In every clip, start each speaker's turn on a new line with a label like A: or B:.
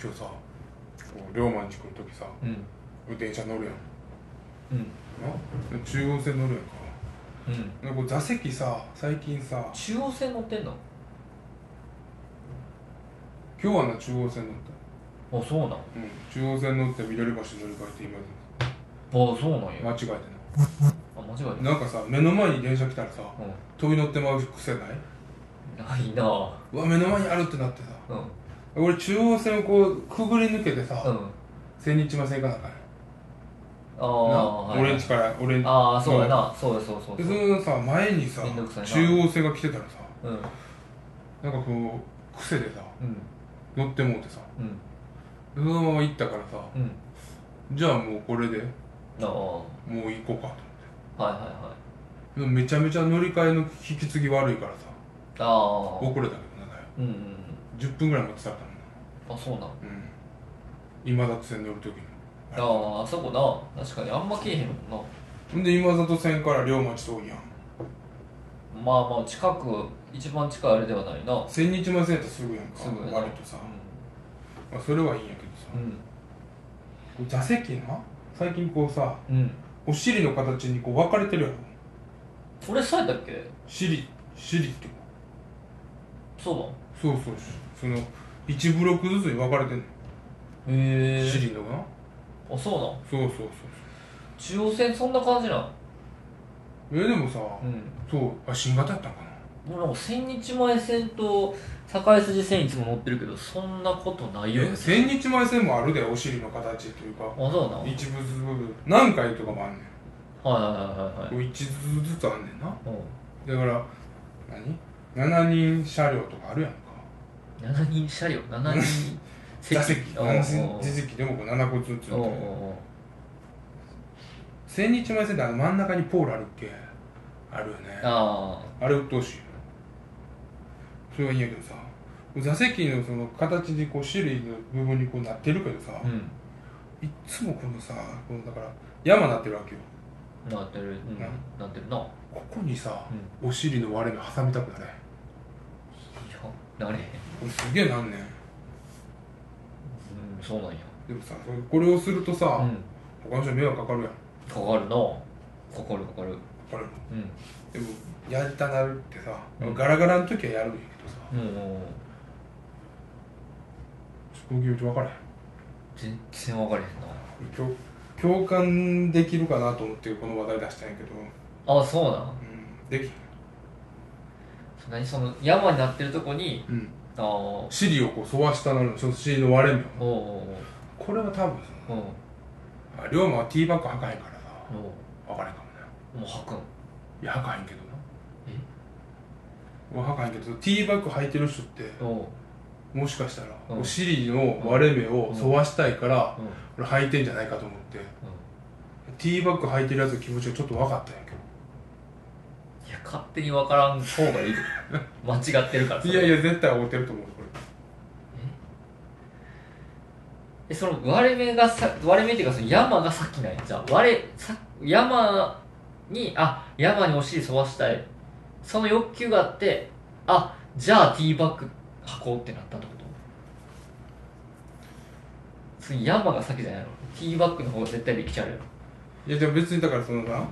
A: 今日さこう龍馬んち来る時さ
B: うん
A: 電車乗るやん
B: うん
A: な中央線乗るやんか
B: うん
A: なんかこう座席さ最近さ
B: 中央線乗ってんの
A: 今日はな中央線乗っ
B: あそうなんあ
A: た、うん、中央線乗って緑橋乗り換えて今
B: そうなん
A: 間
B: や
A: 違えて
B: あ間違い
A: な
B: ない
A: なんかさ目の前に電車来たらさ
B: う
A: 飛び乗ってまう癖ない
B: んないなあ
A: うわ目の前にあるってなってさ
B: うん
A: 俺中央線をこうくぐり抜けてさ、
B: うん
A: 千日前線行かなあかんやん
B: ああ
A: な
B: はい
A: 俺んちから俺んち
B: ああそうやなそうやそうそう
A: で
B: そ
A: そうのさ前にさ
B: めんどくさいな
A: 中央線が来てたらさ
B: うんうん
A: なんかこう癖でさ乗ってもうてさ
B: うん
A: そのまま行ったからさ
B: うん
A: じゃあもうこれで
B: ああは
A: もう行こうか
B: いはいはい
A: とでもめちゃめちゃ乗り換えの引き継ぎ悪いからさ
B: ああ
A: 遅れたけどなだよ
B: うんうん
A: 10分ぐらい待ってたから
B: あそうなん
A: なうん今里線乗る時に
B: あああそこな確かにあんま来えへんもんな
A: ほんで今里線から両町遠いやん
B: まあまあ近く一番近いあれではないな
A: 千日前線やったらすぐやんか
B: すぐやな
A: 割とさ、まあ、それはいいんやけどさ、
B: うん
A: こう座席な最近こうさ
B: うん、うん、
A: お尻の形にこう分かれてるやろ
B: それそうやったっけ
A: 尻尻って
B: そう
A: そうそうその1ブロックずつに分かれてんの、
B: なんへえ
A: 尻のが
B: あそうなん
A: そうそうそう
B: 中央線そんな感じなん
A: そうえでもさ、
B: うん
A: そうあ新型やったんかな
B: もうなんか千日前線と境筋線いつも乗ってるけどそんなことないよ
A: え千日前線もあるでお尻の形というか
B: あそうなんはい
A: 一部ずつ何回とかもあんねん
B: はいはいはい
A: こう一ずつずつあんねんな
B: う
A: だから何7人車両とかあるやんか
B: ん7人車両7人
A: 座席
B: おうおう
A: 7人座席でもこう7個ずつみたい
B: おうおう
A: な千日前線ってあの真ん中にポールあるっけあるよね
B: あ
A: あれ鬱陶しいよそれはいいんやけどさ座席のその形にこう種類の部分にこうなってるけどさ
B: あ、うん
A: いっつもこのさこのだから山なってるわけよ
B: なってる、うん、
A: な
B: なってるな
A: ここにさ、
B: う
A: お尻の割れ目挟みたくなれ
B: いやなれへん
A: これすげえなんねん
B: うんそうなんや
A: でもさこれをするとさ、
B: うん
A: 他の人に迷惑かかるやんか
B: かかるなかかるかかる
A: かる
B: うん
A: でもやりたなるってさ、
B: うん
A: ガラガラの時はやるんやけどさ
B: もう
A: そこ気持ち分からへん
B: 全然分かれへんな
A: 共共感できるかなと思ってこの話題出したんやけど、
B: あそうなん
A: うん、でき
B: 何その山になってるとこに
A: ひん、うん、
B: ああおう
A: 尻をこう沿わしたなるその尻の割れ目を
B: おう
A: これは多分
B: おううん
A: さあ龍馬はティーバッグ履かへんからさ
B: お
A: 分
B: う
A: からへんかもね
B: もう吐くん
A: いや履かへんけどな俺履かへんけどティーバッグ履いてる人って
B: おう
A: もしかしたら、
B: うん
A: お尻の割れ目を沿わしたいから、
B: うん
A: 俺履いてんじゃないかと思ってティーバッグ履いてるやつの気持ちがちょっと分かったんやけど
B: いや勝手に分からん方 がいい間違ってるから
A: いやい
B: や
A: や絶対思ってると思うこ
B: えその割れ目がさ割れ目っていうかその山が先なんやじゃあ割れさ山にあ山にお尻沿わしたいその欲求があってあじゃあティーバッグ履こうってなったってことその山が先じゃないのティーバッグの方が絶対できちゃうよ
A: れいやじゃあ別にだからそのな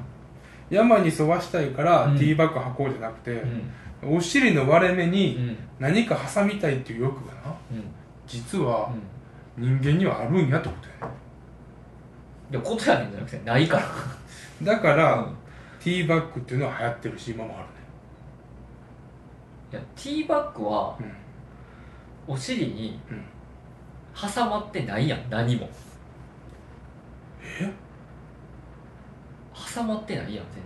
A: 山に沿わしたいから
B: うん
A: ティーバッグ履こうじゃなく
B: う
A: て、
B: ん
A: お尻の割れ目
B: う
A: に
B: ん
A: 何か挟みたいっていう欲がな
B: うん
A: 実は
B: うん
A: 人間にはあるんやってことやね
B: でもことやねんじゃなくてないから
A: だから、
B: うん
A: ティーバッグっていうのは流行ってるし今もあ
B: いやティーバッグは
A: るね
B: お尻に
A: うん、うん、
B: 挟まってないやん何も
A: え
B: 挟まってないやん全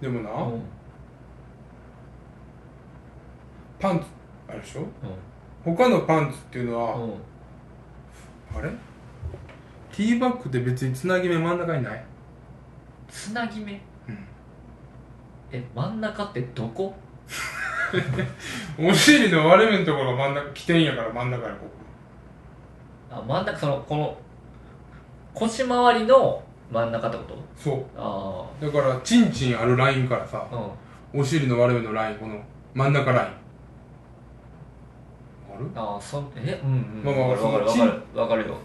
A: でもな、
B: 然うん
A: パンツあれでしょ他のパンツっていうのは、
B: うんうん
A: あれティーバッグって別につなぎ目真ん中にない、
B: つなぎ目
A: う
B: え真ん中ってどこ
A: ん、お尻の割れ目のところが真ん中起点やから真ん中やここ
B: あ真ん中そのこの腰回りの真ん中ってこと
A: そう
B: あ
A: だからチンチンあるラインからさ
B: あうん
A: お尻の割れ目のラインこの真ん中ラインあれる
B: ああそんえうんうん
A: まあまあ
B: わかるわ
A: そ
B: か
A: の
B: るわかるわかるよ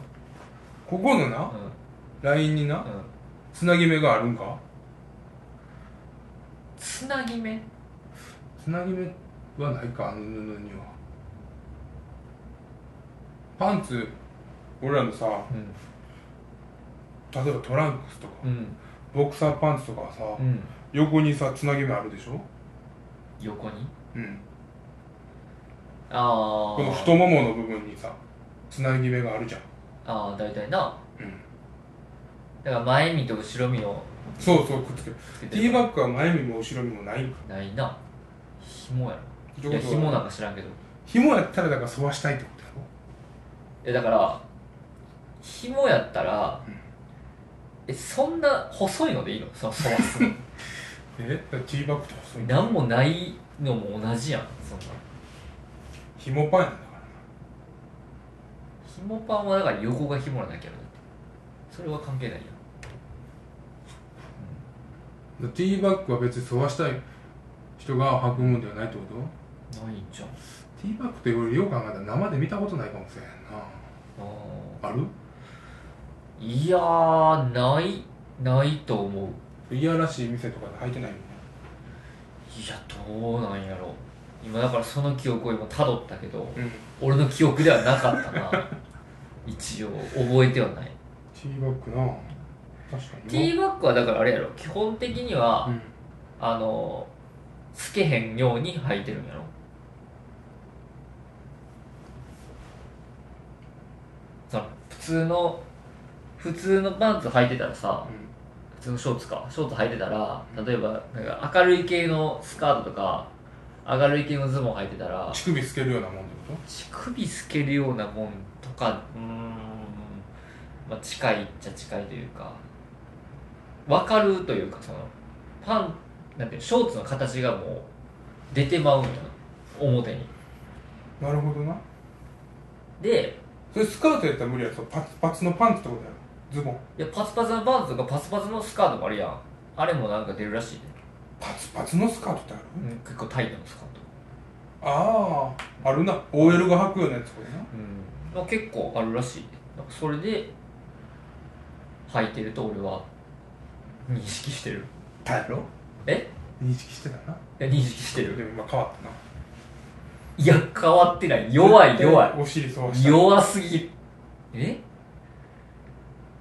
A: ここのな、ラインにな
B: うんうん
A: つなぎ目があるんか
B: つなぎ目
A: つなぎ目はないかあの布にはパンツ俺らのさ
B: うん
A: 例えばトランクスとか、
B: うん
A: ボクサーパンツとかはさ、
B: うん
A: 横にさつなぎ目あるでしょ
B: 横に
A: うん
B: ああ
A: この太ももの部分にさつなぎ目があるじゃん、
B: ああ大体な
A: うん、
B: だから前身と後ろ身を
A: そうそうくっつける
B: つけ
A: テ
B: て
A: ィー
B: る
A: バッグは前身も後ろ身もないんか
B: ないな紐や
A: って
B: ろ
A: こ
B: い
A: と
B: や
A: は
B: 紐なんか知らんけど
A: 紐やったらだから沿わしたいってことやろ
B: えだから紐やったら、
A: うん
B: えそんな細いのでいいのそのそばすの
A: えだからティーバッグと細いんだ
B: 何もないのも同じやんそんな
A: 紐パンやんだから
B: 紐パンはだから横が紐なだけやろだってそれは関係ないやん
A: だからティーバッグは別に沿わしたい人が履くもんではないってこと
B: ないんじゃん
A: ティーバッグって俺よう考えたら生で見たことないかもしれへん
B: あ
A: なある
B: ーいやーないないと思う
A: いやらしい店とかで履いてないもんね
B: いやどうなんやろ今だからその記憶を今たどったけど
A: うん
B: 俺の記憶ではなかったな一応覚えてはない
A: ティーバッグな確かにな
B: ティーバッグはだからあれやろ基本的には、
A: うん
B: あのつけへんように履いてるんやろその普通の普通のパンツ履いてたらさ普通のショーツかショーツ履いてたら例えばなんか明るい系のスカートとか明るい系のズボン履いてた
A: う
B: ら
A: ん乳首つけるようなもんってこ
B: 乳首透けるようなもんとかうーん、まあ、近いっちゃ近いというか分かるというかそのパンなんていうのショーツの形がもう出てまうんや表に
A: となるほどな
B: で
A: それスカートやったら無理やそうパツパツのパンツってことやろズボン
B: いやパツパツのパンツとかパツパツのスカートもあるやんあれもなんか出るらしいね、
A: パツパツのスカートってある、
B: うん、結構タイトのスカート、
A: あああるな OL が履くようなやつこれな
B: うんまあ、結構あるらしいねなんかそれで履いてると俺は認識してる
A: だやろ
B: え
A: 認識してたない
B: や認識してる
A: でも今変わったない
B: や、変わってない。弱い、弱
A: お尻そう
B: い。弱すぎる。え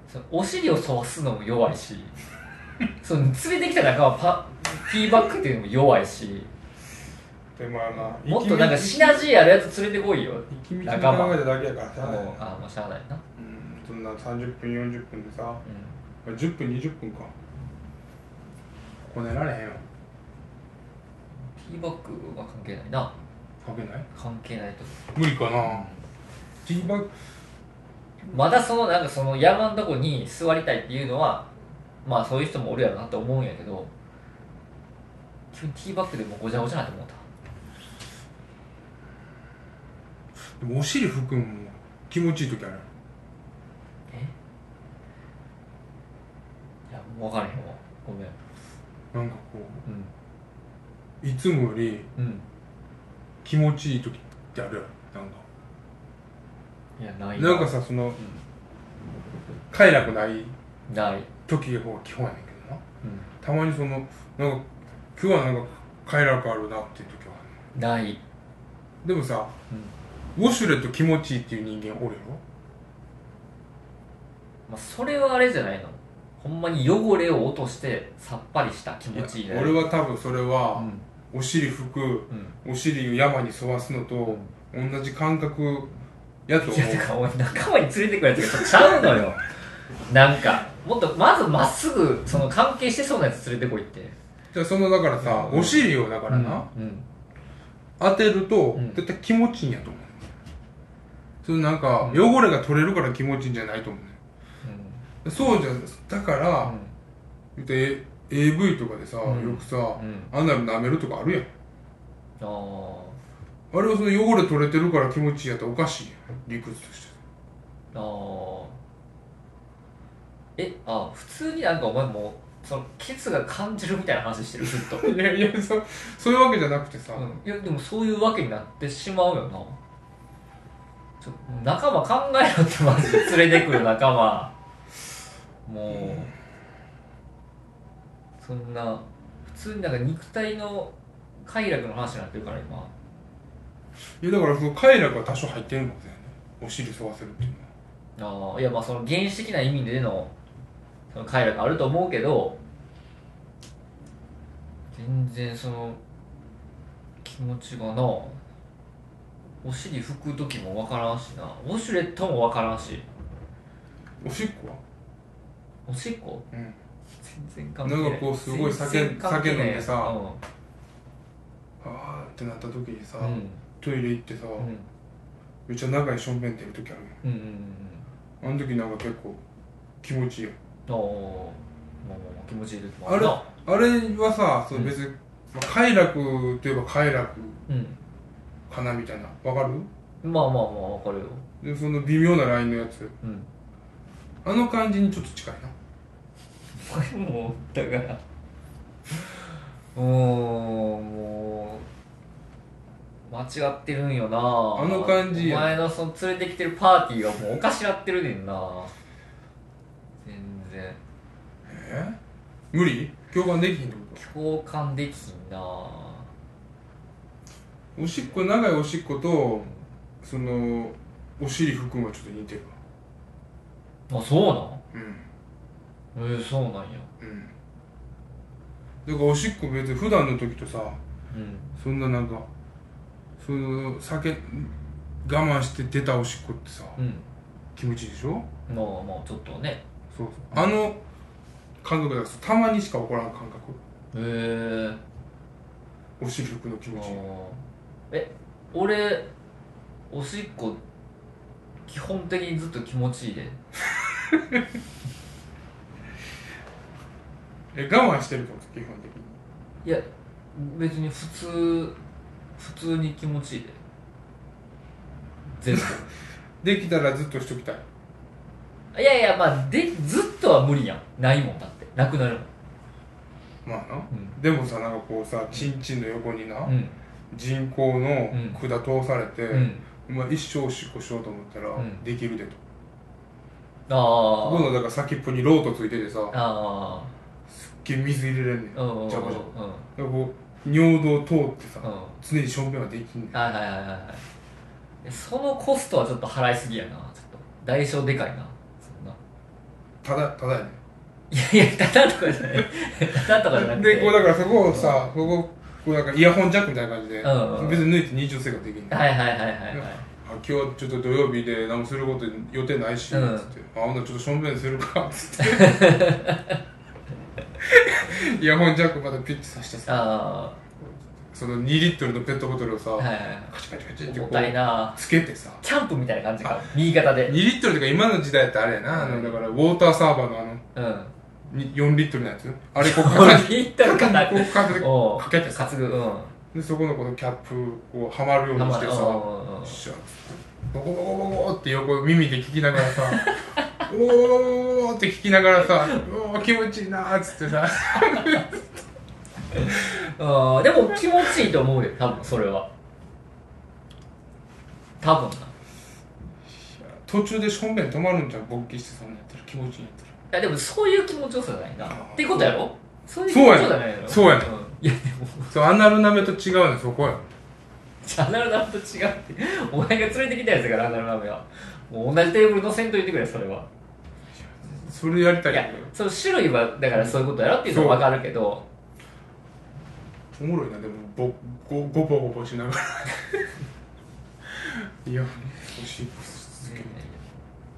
B: そのお尻を沿わすのも弱いし、その連れてきた仲間パ、ティーバックっていうのも弱いし、
A: でまあまあ
B: もっとなんかシナジーあるやつ連れてこいよ。
A: 生き道に考え
B: 仲間
A: ただけやからさ、
B: もう、ああ、もうしゃあないな。
A: うん、そんな30分40分でさま
B: う
A: あ10分20分かこねられへんよ
B: ん。ティーバックは関係ないな。
A: かけない
B: 関係ないと。
A: 無理かなティーバッグ
B: まだその、なんかその山のとこに座りたいっていうのは、まあそういう人もおるやろなって思うんやけど、急にティーバックでもうごちゃごちゃなって思った。
A: でもお尻拭くんも気持ちいい時ある
B: いや、もう分からへんわ。ごめん。
A: なんかこ
B: うん。
A: ういつもより
B: うん。
A: 気持ちいい時ってあるやろなんか
B: いや、ない
A: なんかさその快楽ない
B: ない。
A: 時が基本やねんけどな
B: う
A: たまにそのなんか今日はなんか快楽あるなっていう時はある
B: ん。ない。
A: でもさ
B: うん。
A: ウォシュレット気持ちいいっていう人間おるやろ
B: まあ、それはあれじゃないの。ほんまに汚れを落として、さっぱりした気持ちいいね。
A: 俺は多分それ
B: う
A: は
B: ん。
A: お尻拭く
B: うん。
A: お尻を山に沿わすのと同じ感覚やと思
B: いや、て
A: う
B: か、おい、仲間に連れてくるやつがちゃうのよ。 なんか、もっと、まずまっすぐ、その関係してそうなやつ連れてこいって。
A: じゃあそのだからさ
B: うん
A: お尻をだからな
B: うん。
A: 当てると
B: うん
A: 絶対気持ちいいんやと思うそれなんか
B: うん
A: 汚れが取れるから気持ちいいんじゃないと思うねそうじゃんだから言うて AV とかでさ
B: うん
A: よくさ
B: うん。うん。
A: アナル舐めるとかあるやん
B: ああ。
A: あれはその汚れ取れてるから気持ちいいやったらおかしいやん理屈として
B: ああえあ普通になんかお前もうそのケツが感じるみたいな話してるずっと、
A: いやいやそそういうわけじゃなくてさ、
B: うん、いやでもそういうわけになってしまうよなちょ仲間考えろってマジで連れてくる仲間もう、そんな普通になんか肉体の快楽の話になってるから今
A: いやだからその快楽は多少入ってるんだよねお尻沿わせるっていうのは
B: あーいやまあその原始的な意味でのその快楽あると思うけど全然その気持ちがなお尻拭く時もわからんしなウォシュレットもわからんし
A: おしっこは
B: おしっこ
A: うん
B: 全然関係ない
A: なんかこうすごい酒
B: 全然関係ない
A: 酒飲んでさあーってなった時にさ、
B: うんうん
A: トイレ行ってさ、
B: うん
A: めっちゃ長いションベン出る時ある
B: うんうんうん
A: やんあの時なんか結構気持ちいいよ
B: あーまあまあまあ気持ちいい時もあるな
A: あれはさその
B: うん
A: 別に、まあ快楽といえば快楽
B: うん
A: かなみたいなわかる
B: まあまあまあわかるよ
A: でその微妙なラインのやつ
B: うん
A: あの感じにちょっと近いな
B: これもうだからうーんもう間違ってるんよな
A: あの感じ
B: お
A: や
B: 前のその連れてきてるパーティーがもうおかしなってるねんな全然
A: え無理共感できひんってこ
B: 共感できんな
A: とおしっこ長いおしっことそのお尻拭くんはちょっと似てるわ
B: あそう
A: うん
B: なんえー、そうなんや
A: うんだからおしっこ別に普段の時とさ
B: うん
A: そんななんかその酒我慢して出たおしっこってさ
B: うん
A: 気持ちいいでしょ
B: まあまあちょっとね
A: そうそうあの感覚だからたまにしか起こらん感覚
B: へえー、
A: お尻拭くの気持ちいい
B: え俺おしっこ基本的にずっと気持ちいいで
A: え我慢してるってこと基本的に
B: いや別に普通普通に気持ちいいで全部
A: できたらずっとしときたい
B: いやいやまあでずっとは無理やんないもんだってなくなるもん
A: まあなでもさなんかこうさちんちんの横にな、
B: うん
A: 人工の管通されて、
B: うん、うん、
A: まあ、一生おしっこしようと思ったら、
B: うん
A: できるでと
B: あ
A: 僕のだから先っぽにロートついててさ
B: ああ
A: すっげえ水入れれんねん
B: あうんうんうんうん
A: ジャバジャ
B: うん
A: だからこう尿道通ってさ、
B: は
A: 常に正面はできんねん
B: いはいはいはいはいえそのコストはちょっと払いすぎやなちょっと代償でかいなそんな
A: ただただやねん
B: いやいや、ただとかじゃない。 ただとかじゃなくて。
A: でこうだからそこをさ、こここうなんかイヤホンジャックみたいな感じで、
B: うんうん
A: 別に抜いて二重性ができんねん、
B: はいはいはいはいはい。
A: あ今日ちょっと土曜日で何もすること予定ないし、
B: うん
A: つって「あほんならちょっとしょんべんするか」つって イヤホンジャックまだピッてさしてさ
B: あ
A: その2リットルのペットボトルをさ、
B: あ、はいはいは
A: カチカチカチっ
B: い。
A: てこ
B: 重たいうな
A: つけてさ
B: キャンプみたいな感じか。新潟
A: 2
B: で。
A: リットルとか今の時代ってあれやな、あのだからウォーターサーバーのあの
B: うん。
A: に4リットルのやつあれこうかけて
B: 行ったらかな
A: こうかけて
B: おう
A: かけてさ
B: 担ぐ。うん。は
A: でそこのこのキャップをはまるようにしてさ、
B: うんうん
A: シャッボコボコボコって横耳で聞きながらさおーおーおーって聞きながらさ「うおー気持ちいいな」っつってさ
B: あーでも気持ちいいと思うよ、多分それは。多分な。い
A: 途中でしょんべん止まるんじゃん勃起してそんなんやったら気持ちいいんやったら
B: やでもそういう気持ちよさじゃないな。っていうことやろそういう気
A: そう
B: 持
A: やね
B: ちよさじゃないやろ
A: そうやね
B: んいやでも、
A: そうアナルナメと違うねそこや
B: じゃあアナルナムと違うって。お前が連れてきたやつやから、アナルナムは。もう同じテーブルのせんといてくれ、それは。
A: それやりたい
B: い
A: け
B: やその種類はだからそういうことやろっていうのは分かるけど
A: どおもろいなでもぼごごぼごぼしながらいやおしっこすげえ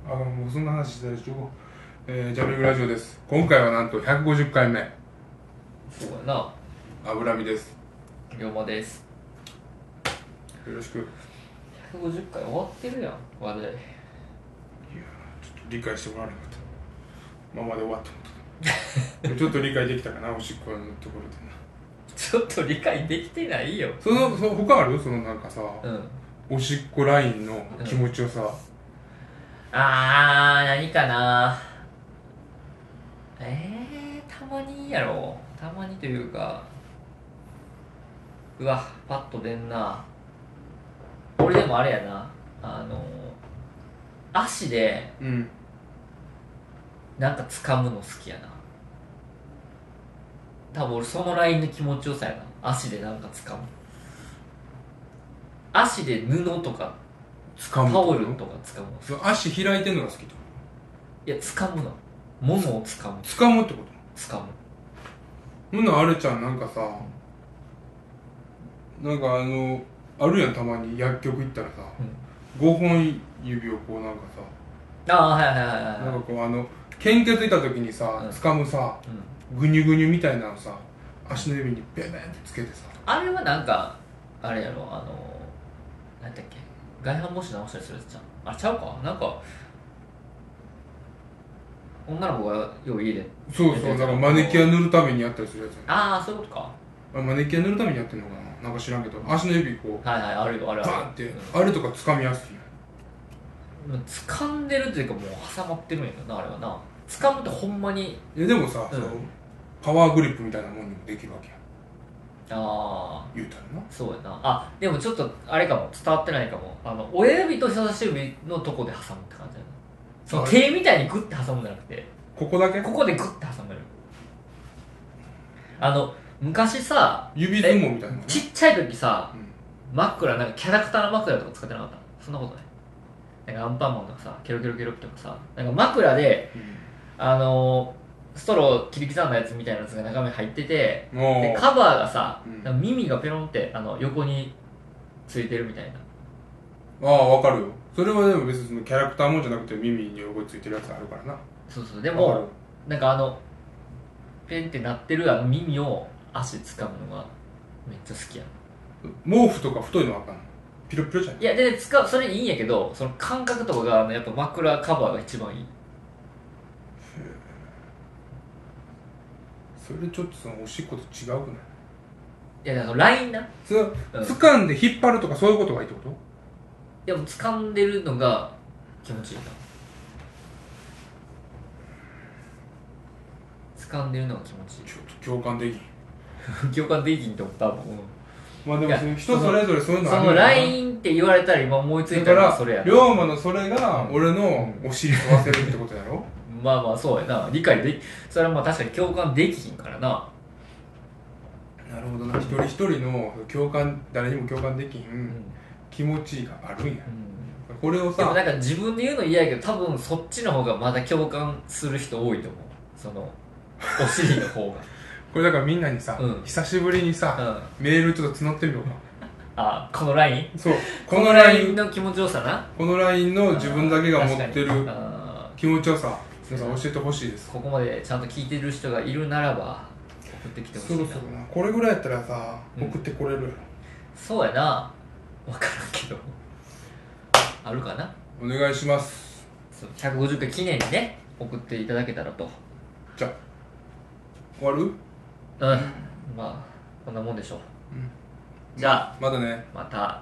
A: あもうそんな話してたらしょえー、ジャブリングラジオです今回はなんと150回目
B: そうやな
A: 脂身です
B: 龍馬です
A: よろしくいや
B: 150回終わってるやん話題
A: ーちょっと理解してもらわなかったままで終わったこと ちょっと理解できたかなおしっこのところでな
B: ちょっと理解できてないよ
A: そのその他あるそのなんかさ
B: うん
A: おしっこラインの気持ちをさ、
B: あー何かなえー、たまにやろたまにというかうわパッと出んな俺でもあれやなあの足で
A: うん
B: なんか掴むの好きやな多分俺そのラインの気持ちよさやな足でなんか掴む足で布とか
A: 掴
B: タ
A: む
B: オルとか掴むの
A: その足開いてんのが好きってこ
B: いや掴むの物を掴む
A: と掴むってこと
B: 掴む
A: ほんならあれちゃんなんかさなんかあのあるやんたまに薬局行ったらさ、五5本指をこうなんかさ
B: ああはいはいはいは
A: な
B: い
A: ん
B: は
A: か
B: い
A: こうあの献血いた時にさ
B: うん
A: 掴むさ
B: うん
A: グニュグニュみたいなのさ足の指にベベンってつけてさ
B: あれはなんかあれやろあのなんだっけ外反母趾直したりするやつじゃんあれちゃうかなんか女の子がよう家で
A: そうそうなんかマネキュア塗るためにやったりするやつや
B: ああそういうことか
A: んあマネキュア塗るためにやってんのかななんか知らんけど足の指こう
B: はいはいあるよあるある
A: バンって
B: うん
A: あれとか掴みやすいよ
B: もう掴んでるというかもう挟まってるんやろなあれはな掴むってほんまに
A: いやでもさ、
B: うん
A: そのパワーグリップみたいなもんにもできるわけやん
B: ああ
A: 言うたらな
B: そうやなあでもちょっとあれかも伝わってないかもあの親指と人差し指のとこで挟むって感じやなその
A: あれ
B: 手みたいにグッて挟むんじゃなくて
A: ここだけ
B: ここでグッて挟めるあの昔さ
A: 指相撲みたいなのね
B: ちっちゃい時さ
A: うん
B: 枕なんかキャラクターの枕とか使ってなかったそんなことないなんかアンパンマンとかさケロケロケロとかさなんか枕であのーストロー切り刻んだやつみたいなやつが中身入ってて
A: うんも
B: で
A: う
B: カバーがさ、
A: うん
B: なんか耳がペロンってあの横についてるみたいな
A: ああわかるよそれはでも別にそのキャラクターもんじゃなくて耳に横についてるやつあるからな
B: そうそうで
A: わか
B: もなんかあのペンって鳴ってるあの耳を足で掴むのがめっちゃ好きやな
A: る毛布とか太いのあかんピロピロじゃん
B: いやで使うそれいいんやけどその感覚とかがあのやっぱ枕カバーが一番いい
A: それちょっとそのおしっこと違うくない
B: いやだからラインな、
A: それは
B: うん、い
A: 掴んで引っ張るとかそういうことがいいってこと
B: やもう掴んでるのが気持ちいいな掴んでるのが気持ちい
A: ちょっと共感できん
B: い共感できんと思ったもん、
A: まあで
B: い
A: も
B: や
A: それ人それぞれそういうのあ
B: そ
A: る
B: の
A: よ
B: ラインって言われたら今思いつ
A: だ
B: いた
A: か
B: のがそれや
A: ら龍
B: な
A: 馬のそれが俺のお尻吸わせるってことやろ
B: まあまあそうやな理解できそれはまあ確かに共感できひんからな
A: なるほどな一人一人の共感誰にも共感でき
B: うん、
A: ん気持ちがあるんや
B: うん
A: これを
B: でも
A: さ
B: なんか自分で言うの嫌やけど多分そっちの方がまだ共感する人多いと思うそのお尻の方
A: これだからみんなにさ、
B: うん
A: 久しぶりにさ、
B: が、うん、
A: メールちょっと募ってみ ようか
B: あこのライン
A: そうこのライン
B: の気持ちよさな
A: このラインの自分だけが持って
B: あー確
A: る
B: かにあ
A: 気持ちよさ皆さん教えてほしいで
B: ー
A: す
B: ここまでちゃんと聞いてる人がいるならば送ってきてほし
A: そ
B: い
A: ろ
B: な
A: そろなこれぐらいやったらさ、
B: うん
A: 送ってこれるやろ
B: そうやな分からんけどあるかな
A: お願いします
B: そう150回記念にね送っていただけたらと
A: じゃあ終わる
B: うんまあこんなもんでしょう、じゃあ
A: またね
B: また